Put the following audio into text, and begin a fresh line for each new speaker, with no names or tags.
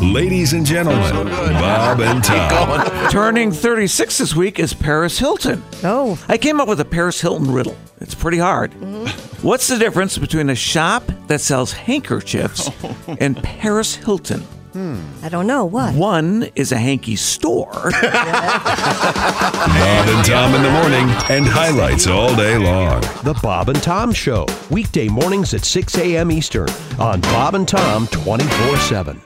Ladies and gentlemen, Bob and Tom.
Turning 36 this week is Paris Hilton.
Oh,
I came up with a Paris Hilton riddle. It's pretty hard. What's the difference between a shop that sells handkerchiefs and Paris Hilton?
I don't know what.
One is a hanky store.
Bob and Tom in the morning and highlights all day long.
The Bob and Tom Show, weekday mornings at 6 a.m. Eastern on Bob and Tom 24 7.